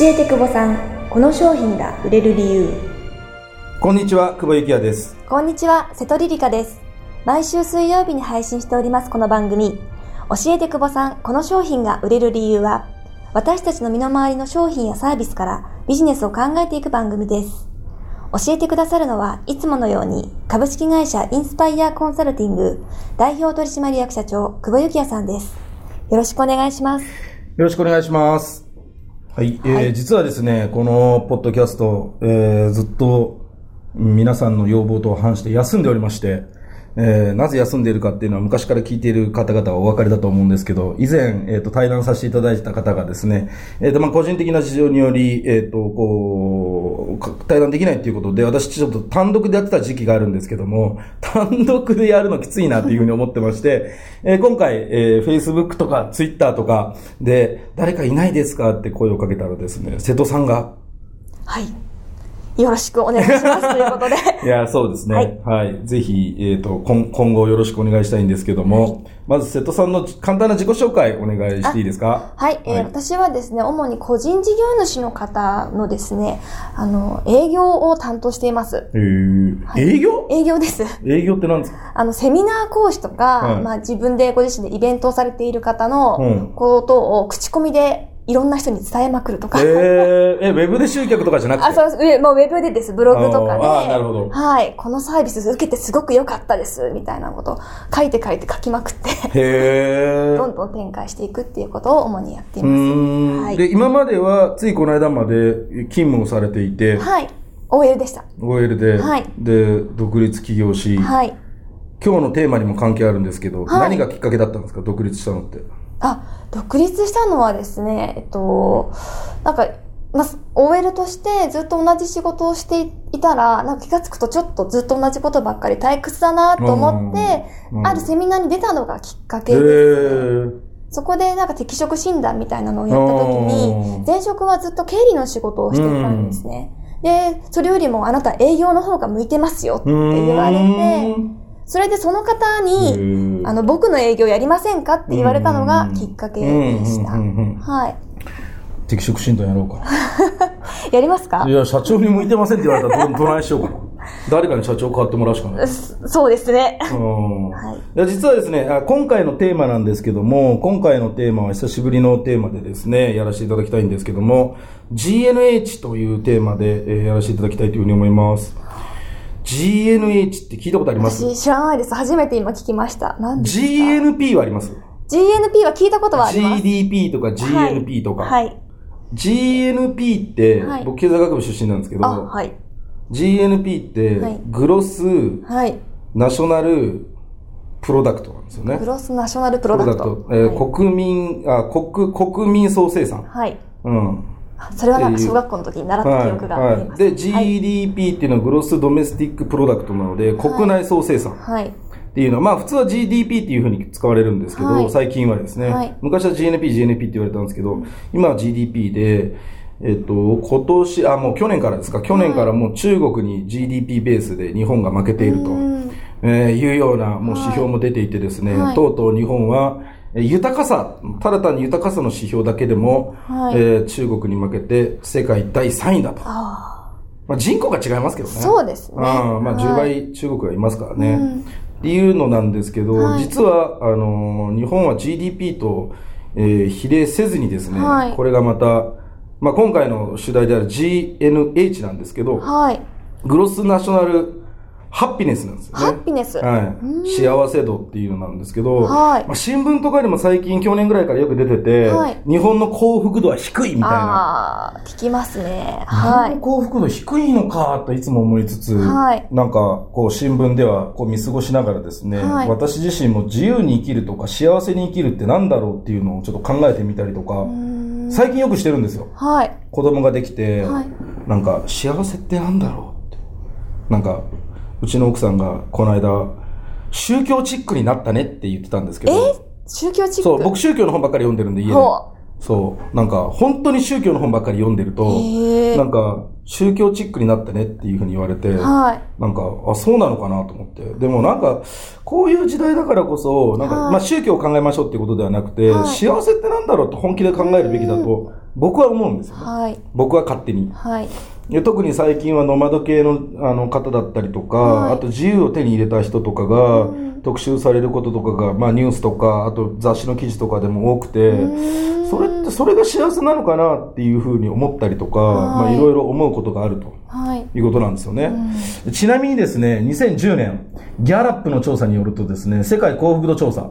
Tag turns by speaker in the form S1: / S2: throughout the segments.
S1: 教えて久保さんこの商品が売れる理由
S2: こんにちは、久保幸也です。
S1: こんにちは瀬戸リリカです毎週水曜日に配信しておりますこの番組教えて久保さんこの商品が売れる理由は私たちの身の回りの商品やサービスからビジネスを考えていく番組です教えてくださるのはいつものように株式会社インスパイアコンサルティング代表取締役社長久保幸也さんですよろしくお願いします
S2: よろしくお願いします。はい、えー
S1: はい
S2: 実はですね、このポッドキャスト、えーずっとうん皆さんの要望と反して休んでおりまして、えーなぜ休んでいるかっていうのは昔から聞いている方々はお分かりだと思うんですけど、以前、えー、と対談させていただいた方がですね、えーとまあ、個人的な事情により、えーとこうか対談できないということで、私ちょっと単独でやってた時期があるんですけども、単独でやるのきついなというふうに思ってまして、 えー今回、えー Facebook とか Twitter とかで、誰かいないですかって声をかけたらですね、瀬戸さんが、
S1: はいよろしくお願いし ますということで
S2: いや、そうですね。
S1: はい
S2: はい。ぜひ、えっ、と、今、今後よろしくお願いしたいんですけども、まず瀬戸さんの簡単な自己紹介お願いしていいですか
S1: はい、えー
S2: はい
S1: 私はですね、主に個人事業主の方のですね、あの、営業を担当しています。
S2: えー営業
S1: 営業です。
S2: 営業って何ですか
S1: あの、セミナー講師とか、
S2: はい
S1: まあ自分でご自身でイベントをされている方
S2: うん
S1: のことを口コミでいろんな人に伝えまくると
S2: え
S1: か。
S2: ー、え、ウェブで集客とかじゃなくて
S1: あ、そうです。えもうウェブでです。ブログとかで。
S2: あーあーなるほど
S1: はい。このサービス受けてすごく良かったです。みたいなことを書いて書いて書きまくって、
S2: へ
S1: ど
S2: ー
S1: んどん展開していくっていうことを主にやっていうます。
S2: ーん、
S1: はい
S2: で、今までは、ついこの間まで勤務をされていて、
S1: はい。OL でした。
S2: OL で、
S1: はい
S2: で、独立起業し、
S1: はい。
S2: 今日のテーマにも関係あるんですけど、
S1: はい
S2: 何がきっかけだったんですか独立したのって。
S1: あ、独立したのはですね、えっと、なんか、まあ、OL としてずっと同じ仕事をしていたら、なんか気がつくとちょっとずっと同じことばっかり退屈だなと思って
S2: うんう、ん
S1: あるセミナーに出たのがきっか
S2: へ
S1: けです。
S2: ー
S1: そこでなんか適職診断みたいなのをやった時
S2: うん
S1: に、前職はずっと経理の仕事をしていたんですね。で、それよりもあなた営業の方が向いてますよって
S2: うーん。
S1: 言われて、それでその方に、
S2: へー
S1: あの、僕の営業やりませんかって言われたのがきっかけでした。
S2: うんうんうんうん
S1: はい。
S2: 適職診断やろうか
S1: やりますか
S2: な。いや、社長に向いてませんって言われたらど、どないしようかな。誰かに社長変わってもらうしかない。
S1: そそうですね。
S2: うん
S1: はい
S2: いや実はですね、あ今回のテーマなんですけども、今回のテーマは久しぶりのテーマでですね、やらせていただきたいんですけども、GNH というテーマで、えーやらせていただきたいというふうに思います。GNH って聞いたことあります
S1: 私知らないです。初めて今聞きました。何ですか
S2: ?GNP はあります
S1: ?GNP は聞いたことはあります。
S2: ?GDP とか GNP とか。
S1: はい。
S2: GNP って、
S1: はい
S2: 僕経済学部出身なんですけど、
S1: あ、はい。
S2: GNP って、
S1: はい
S2: グロス
S1: はい。
S2: ナショナルプロダクトなんですよね
S1: グ。ロスナショナルプ
S2: プ
S1: ロダクト。
S2: えー国民、あ、国、国民総生産。
S1: はい。はい
S2: うん。
S1: あそれはなんか小学校の時に習った記憶がありま
S2: で、
S1: す。はい。
S2: GDP っていうのはグロスドメスティックプロダクトなので、国内総生産
S1: はい。
S2: っていうのは、まあ普通は GDP っていうふうに使われるんですけど、
S1: はい
S2: 最近はですね、
S1: はい
S2: 昔は GNP、GNP って言われたんですけど、今は GDP で、えっと、今年、あ、もう去年からですか、去年からもう中国に GDP ベースで日本が負けていると。
S1: うん
S2: えーいうようなもう指標も出ていてですね、
S1: はい
S2: とうとう日本は、えー豊かさ、ただ単に豊かさの指標だけでも、
S1: はい
S2: えー中国に負けて世界第3位だと。
S1: あ
S2: まあ、人口が違いますけどね。
S1: そうですね
S2: あーまあ、
S1: はい
S2: 10倍中国がいますからね。
S1: うん
S2: っていうのなんですけど、
S1: はい
S2: 実は、あのー日本は GDP と、えー比例せずにですね、
S1: はい
S2: これがまた、まあ、今回の主題である GNH なんですけど、
S1: ーはい。
S2: グロスナショナルハッピネスなんですよね。
S1: ハッピネス。
S2: はい、幸せ度っていうのなんですけど、
S1: はい
S2: まあ、新聞とかでも最近去年ぐらいからよく出てて、
S1: はい
S2: 日本の幸福度は低いみたいな。
S1: ああー、聞きますね。は
S2: 日本の
S1: い。
S2: 幸福度低いのかといつも思いつつ、
S1: はい
S2: なんかこう新聞ではこう見過ごしながらですね、
S1: はい
S2: 私自身も自由に生きるとか幸せに生きるってなんだろうっていうのをちょっと考えてみたりとか、
S1: うん
S2: 最近よくしてるんですよ。
S1: はい。
S2: 子供ができて、
S1: はい
S2: なんか幸せってなんだろうってなんかうちの奥さんがこの間宗教チックになったねって言ってたんですけ
S1: え
S2: ど
S1: 宗教チック
S2: そう僕宗教の本ばっかり読んでるんで家で
S1: ほ
S2: そうなんか本当に宗教の本ばっかり読んでると
S1: へー
S2: なんか宗教チックになったねっていうふうに言われて、
S1: はい。
S2: なんか、あ、そうなのかなと思って。でもなんか、こういう時代だからこそ、なんか、
S1: はい
S2: まあ宗教を考えましょうっていうことではなくて、
S1: はい
S2: 幸せってなんだろうと本気で考えるべきだと、僕は思うんですよね。
S1: はい。
S2: 僕は勝手に。
S1: はい。
S2: で特に最近はノマド系のあの方だったりとか、
S1: はい
S2: あと自由を手に入れた人とかが、特集されることとかが、まあ、ニュースとかあと雑誌の記事とかでも多くて、それってそれが幸せなのかなっていうふうに思ったりとか、
S1: はい
S2: まあ、いろいろ思うことがあると
S1: はい。
S2: いうことなんですよね、ちなみにですね2010年ギャラップの調査によるとですね世界幸福度調査、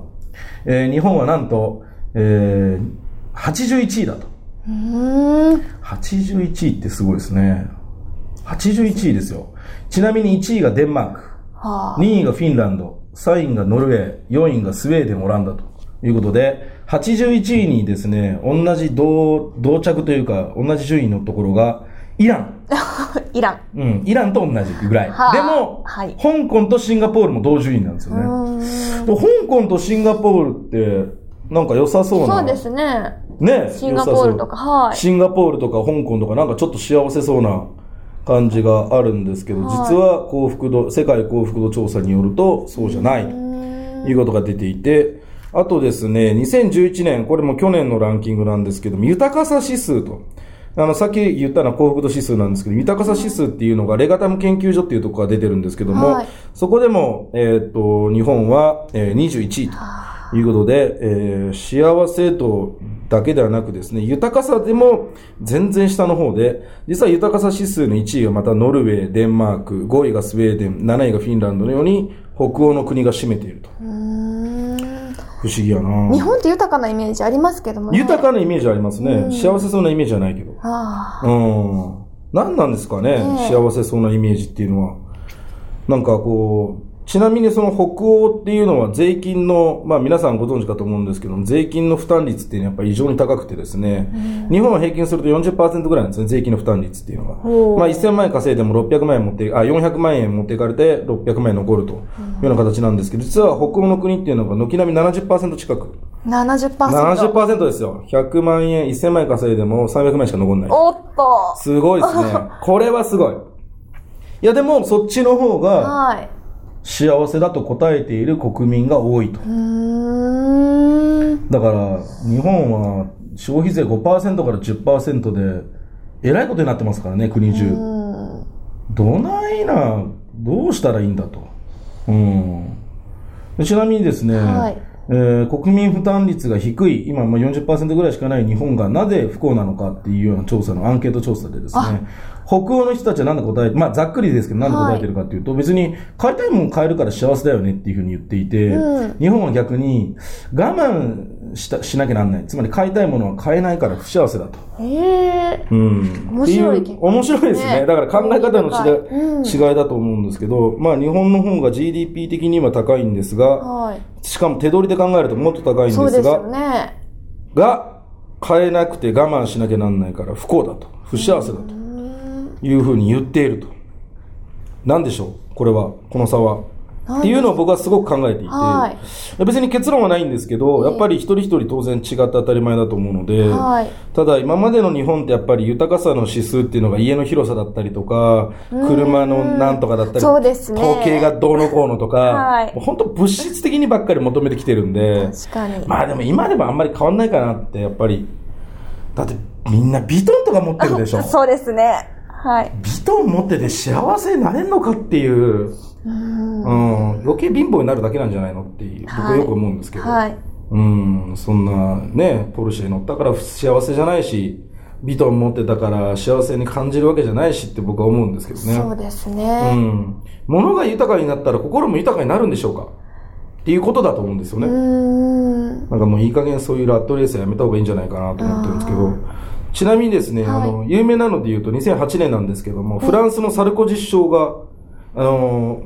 S2: えー日本はなんと、えー81位だと。
S1: うーん。
S2: 81位ってすごいですね。81位ですよ。ちなみに1位がデンマーク、
S1: はあ。
S2: 2位がフィンランド、3位がノルウェー、4位がスウェーデン、オランダということで、81位にですね、同じ同同着というか、同じ順位のところが、イラン。
S1: イラン。
S2: うん、イランと同じぐらい。
S1: はあ
S2: でも、
S1: はい
S2: 香港とシンガポールも同順位なんですよ
S1: う
S2: ね。
S1: ーん。
S2: で香港とシンガポールって、なんか良さそうな。
S1: そうですね。
S2: ね、
S1: シンガポールとか
S2: 良さそう
S1: はい
S2: シンガポールとか香港とかなんかちょっと幸せそうな感じがあるんですけど、
S1: はい
S2: 実は幸福度、世界幸福度調査によるとそうじゃないと
S1: うーん。
S2: いうことが出ていて、あとですね、2011年、これも去年のランキングなんですけども、豊かさ指数と。あの、さっき言ったのは幸福度指数なんですけど、豊かさ指数っていうのが、レガタム研究所っていうところが出てるんですけども、
S1: はい
S2: そこでも、えーっと、日本は、えー21位とということで、えー幸せとだけではなくですね、豊かさでも全然下の方で、実は豊かさ指数の1位がまたノルウェー、デンマーク、5位がスウェーデン、7位がフィンランドのように北欧の国が占めていると。
S1: うーん
S2: 不思議やな
S1: 日本って豊かなイメージありますけどもね。
S2: 豊かなイメージありますね。
S1: うん
S2: 幸せそうなイメージはないけど。
S1: あ
S2: うん。何なんですかね、
S1: ねえ
S2: 幸せそうなイメージっていうのは。なんかこう、ちなみにその北欧っていうのは税金の、まあ皆さんご存知かと思うんですけども、税金の負担率っていうのはやっぱり異常に高くてですね、日本は平均すると40%ぐらいなんですね、税金の負担率っていうのは。
S1: ほう
S2: まあ1000万円稼いでも600万円持って、あ、400万円持っていかれて600万円残るというような形なんですけど、実は北欧の国っていうのが軒並み70%近く。
S1: あ。70%。
S2: 70%ですよ。100万円、1000万円稼いでも300万円しか残んない。
S1: おっと。
S2: すごいですね。これはすごい。いや、でも、そっちの方が
S1: はい。
S2: 幸せだと答えている国民が多いと。
S1: うーん。
S2: だから、日本は消費税5%から10%で、えらいことになってますからね、国中。
S1: うん
S2: どないな、どうしたらいいんだと。うん。でちなみにですね、
S1: はい
S2: えー国民負担率が低い、今まあ40%ぐらいしかない日本がなぜ不幸なのかっていうような調査のアンケート調査でですね、北欧の人たちは何で答えて、まあざっくりですけど何で答えてるかっていうと、別に買いたいもん買えるから幸せだよねっていうふうに言っていて、
S1: うん
S2: 日本は逆に我慢したしなきゃなんない。つまり買いたいものは買えないから不幸せだと。
S1: ええ。
S2: うん
S1: 面白い
S2: ってう面白いですね。
S1: ね
S2: だから考え方の違い,、
S1: うん
S2: 違いだと思うんですけど、まあ日本の方が GDP 的には高いんですが、
S1: はい。
S2: しかも手取りで考えるともっと高いんです
S1: そう
S2: が、
S1: ですよね。
S2: が、買えなくて我慢しなきゃなんないから不幸だと。不幸せだというふうに言っていると。なんでしょうこれは、この差は。
S1: なんで
S2: っていうのを僕はすごく考えていて、
S1: は
S2: 別に結論はないんですけど、やっぱり一人一人当然違って当たり前だと思うので、
S1: はい
S2: ただ今までの日本ってやっぱり豊かさの指数っていうのが家の広さだったりとか、車のなんとかだったり、
S1: そうですね
S2: 統計がどうのこうのとか、
S1: はい
S2: もう本当物質的にばっかり求めてきてるんで、
S1: 確かに。。
S2: まあでも今でもあんまり変わんないかなって、やっぱり。だってみんなビトンとか持ってるでしょ
S1: そうですね。はい。
S2: ビトン持ってて幸せになれんのかっていう、
S1: うん
S2: うん、余計貧乏になるだけなんじゃないのっていう、僕はよく思うんですけど。
S1: はい。
S2: うん、そんなね、ポルシェに乗ったから幸せじゃないし、ビトン持ってたから幸せに感じるわけじゃないしって僕は思うんですけどね。
S1: そうです
S2: う
S1: ね。
S2: ん。物が豊かになったら心も豊かになるんでしょうかっていうことだと思うんですよね。
S1: うん。
S2: なんかもういい加減そういうラットレースはやめた方がいいんじゃないかなと思ってるんですけど、ちなみにですね、
S1: はい
S2: あの、有名なので言うと2008年なんですけども、フランスのサルコジ首相が、あの、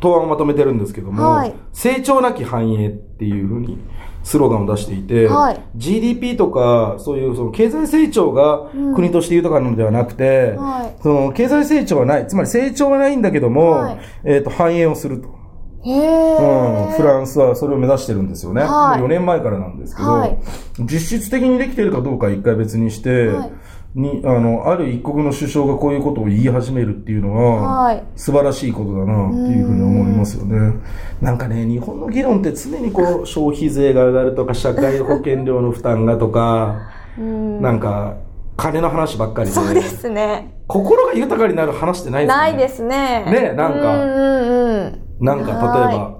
S2: 答案をまとめてるんですけども、
S1: はい
S2: 成長なき繁栄っていうふうにスローガンを出していて、
S1: はい
S2: GDP とか、そういうその経済成長が国として豊かなのではなくて、
S1: はい
S2: その経済成長はない、つまり成長はないんだけども、
S1: はい
S2: えっ、と、繁栄をすると。
S1: へえ。
S2: うん、フランスはそれを目指してるんですよね。
S1: はい
S2: もう4年前からなんですけど、
S1: はい
S2: 実質的にできてるかどうかは一回別にして、
S1: はい
S2: に、あの、ある一国の首相がこういうことを言い始めるっていうのは、
S1: はい
S2: 素晴らしいことだな、っていうふうに思いますよね。なんかね、日本の議論って常にこう、消費税が上がるとか、社会保険料の負担がとか、
S1: うん
S2: なんか、金の話ばっかりで、
S1: そうですね。
S2: 心が豊かになる話ってないですよ
S1: な
S2: ね。
S1: いですね。
S2: ねなんか
S1: うんうんうん。
S2: なんか、例え
S1: は
S2: ば、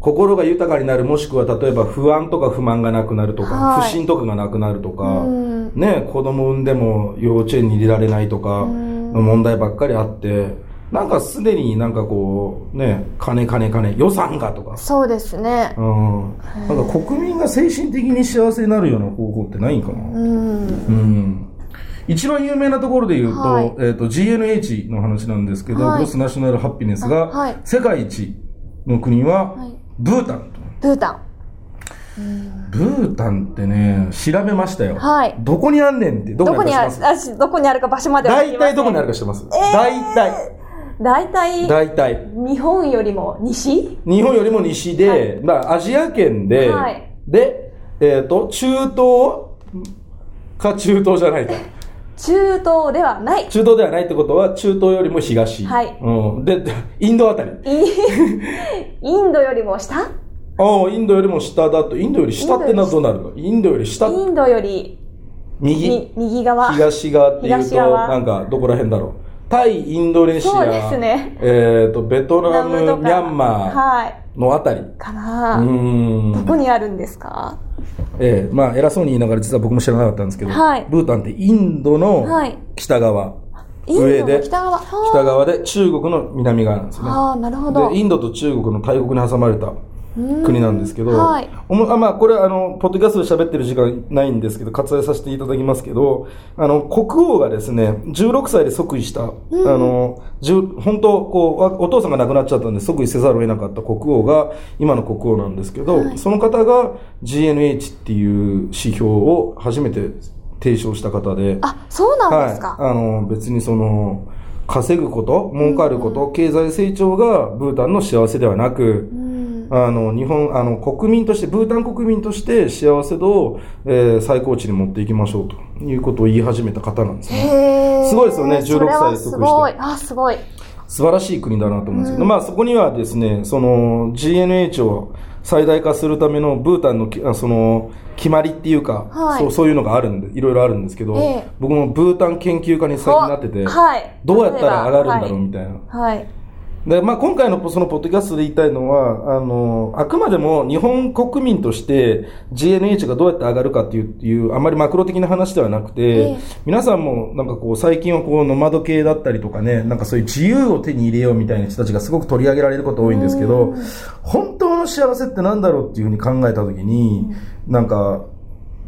S2: 心が豊かになる、もしくは例えば不安とか不満がなくなるとか、
S1: はい
S2: 不信とかがなくなるとか、
S1: うん
S2: ね、子供産んでも幼稚園に入れられないとか、
S1: うん
S2: 問題ばっかりあって、なんかすでになんかこう、ね、金金金、予算がとか、
S1: そうですね。
S2: うん、なんか国民が精神的に幸せになるような方法ってないんかな。
S1: うん。
S2: うん一番有名なところで言うと、
S1: はい
S2: えっ、と、GNH の話なんですけど、
S1: はい
S2: グロスナショナルハッピネス
S1: あ
S2: が、
S1: はい
S2: 世界一の国は
S1: はい、
S2: ブータンと。
S1: ブータン。
S2: ブータンってね、調べましたよ。
S1: はい
S2: どこにあんねんって、ど
S1: ど
S2: こ
S1: こ
S2: に
S1: に
S2: あ
S1: あ
S2: る
S1: る、あしどこにあるか場所までは
S2: 大体どこにあ
S1: る
S2: るか知ってます、大体。
S1: 大体、
S2: 大体。
S1: 日本よりも西
S2: 日本よりも西で、まあ、アジア圏で、
S1: はい
S2: で、えっ、と、中東 か中東じゃないか。
S1: 中東では ない。
S2: 中東ではないってことは、中東よりも東。
S1: はい
S2: うん。で、でインドあたり。
S1: インインドよりも下
S2: ああ、インドよりも下だと、インドより下ってなどうなるのインドより下、
S1: インドより
S2: 右
S1: み、右側。
S2: 東側っていう
S1: 東
S2: と、
S1: 側
S2: なんか、どこら辺だろう。タイ、インドネシ
S1: そう
S2: ア、
S1: ですね
S2: えっ、と、ベトナ
S1: 南
S2: ム、
S1: 部
S2: ミ
S1: とか
S2: ャンマ
S1: はい。
S2: ーのあたり。う
S1: かな、
S2: ー
S1: ど
S2: ん。
S1: こにあるんですか
S2: ええまあ、偉そうに言いながら実は僕も知らなかったんですけど、
S1: はい
S2: ブータンってインドの
S1: はい
S2: 北側、
S1: インド
S2: 上で
S1: の北側。は
S2: 北側で中国の南側なんですね。
S1: ああー、なるほど。
S2: でインドと中国の大国に挟まれた国なんですけど、
S1: うーんはい
S2: おもあまあ、これあの、ポッドキャストで喋ってる時間ないんですけど、割愛させていただきますけど、あの、国王がですね、16歳で即位した、あの、じゅ本当、こうわ、お父さんが亡くなっちゃったんで、即位せざるを得なかった国王が、今の国王なんですけど、その方が GNH っていう指標を初めて提唱した方で、
S1: あ、そうなんですか。
S2: はい、あの別にその稼ぐこと儲かること、経済成長がブータンの幸せではなく、あの日本あの国民としてブータン国民として幸せ度を、えー最高値に持っていきましょうということを言い始めた方なんですね
S1: へー
S2: すごいですよね16
S1: それは
S2: 歳で即位して
S1: すごい。あ、すごい。
S2: 素晴らしい国だなと思うんですけど、まあそこにはですね、その GNH を最大化するためのブータンのきあその決まりっていうか、
S1: はい
S2: そう、そういうのがあるんで、いろいろあるんですけど、
S1: ええ
S2: 僕もブータン研究家に最近なってて、
S1: おはい
S2: どうやったら上がるんだろ
S1: 例
S2: う
S1: えば
S2: みたいな。
S1: はい。
S2: で、まあ、今回のポそのポッドキャストで言いたいのは、あの、あくまでも日本国民として GNH がどうやって上がるかっていう、っていうあまりマクロ的な話ではなくて、
S1: ええ
S2: 皆さんもなんかこう、最近はこう、ノマド系だったりとかね、なんかそういう自由を手に入れようみたいな人たちがすごく取り上げられること多いんですけど、本当の幸せってなんだろうっていうふうに考えたときに、なんか、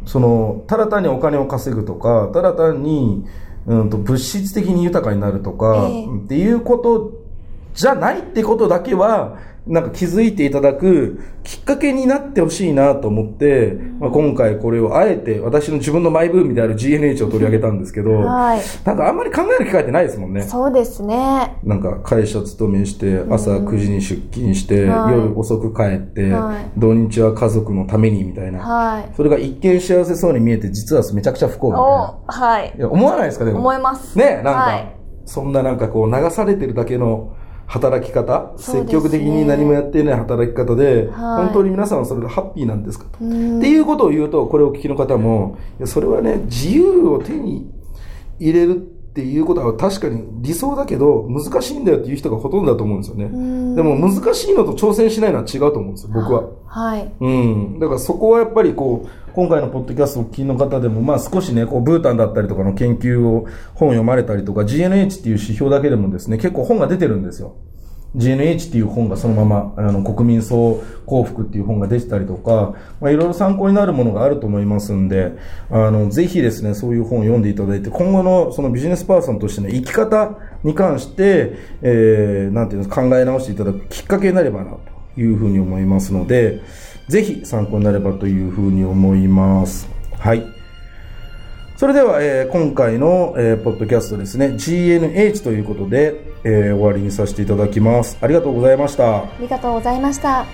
S2: そのただ単にお金を稼ぐとかただ単に、うん、と物質的に豊かになるとか、
S1: ええ
S2: っていうことじゃないってことだけはなんか気づいていただくきっかけになってほしいなと思って、まあ、今回これをあえて私の自分のマイブームである GNH を取り上げたんですけど、
S1: はい
S2: なんかあんまり考える機会ってないですもんね。
S1: そうですね。
S2: なんか会社勤めして朝9時に出勤して、
S1: はい
S2: 夜遅く帰って、
S1: はい
S2: 土日は家族のためにみたいな、
S1: はい。
S2: それが一見幸せそうに見えて、実はめちゃくちゃ不幸みたいな。
S1: お、はい
S2: い。や、思わないですか、でも。
S1: 思います。
S2: ねえ、なんか、
S1: はい
S2: そんななんかこう、流されてるだけの働き方、
S1: そうですね
S2: 積極的に何もやっていない働き方で、
S1: はい
S2: 本当に皆さんはそれでハッピーなんですかと。
S1: うん
S2: っていうことを言うと、これをお聞きの方も、いやそれはね、自由を手に入れるっていうことは確かに理想だけど、難しいんだよっていう人がほとんどだと思うんですよね。
S1: ん
S2: でも難しいのと挑戦しないのは違うと思うんですよ、僕は。
S1: はい。
S2: うん。だからそこはやっぱりこう、今回のポッドキャストをお聞きの方でも、まあ少しね、こう、ブータンだったりとかの研究を本読まれたりとか、GNH っていう指標だけでもですね、結構本が出てるんですよ。GNH っていう本がそのまま、あの、国民総幸福っていう本が出てたりとか、まあいろいろ参考になるものがあると思いますんで、あの、ぜひですね、そういう本を読んでいただいて、今後のそのビジネスパーソンとしての生き方に関して、えー、なんていうんですか、考え直していただくきっかけになればなと。というふうに思いますので、ぜひ参考になればというふうに思います。はい。それでは、えー今回の、えーポッドキャストですね、GNH ということで、えー終わりにさせていただきます。ありがとうございました。
S1: ありがとうございました。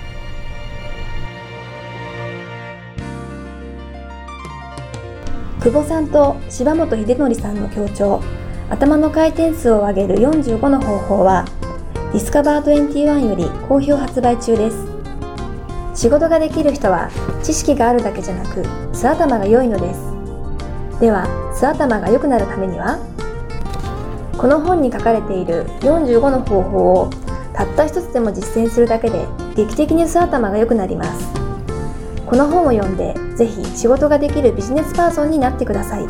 S3: 久保さんと柴本秀則さんの協調頭の回転数を上げる45の方法はディスカバー21より好評発売中です仕事ができる人は知識があるだけじゃなく素頭が良いのですでは素頭が良くなるためにはこの本に書かれている45の方法をたった一つでも実践するだけで劇的に素頭が良くなりますこの本を読んでぜひ仕事ができるビジネスパーソンになってください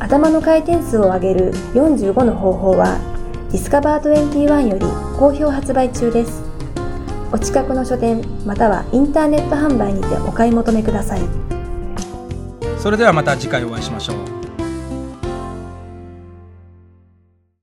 S3: 頭の回転数を上げる45の方法はディスカバー21より好評発売中ですお近くの書店またはインターネット販売にてお買い求めください
S4: それではまた次回お会いしましょう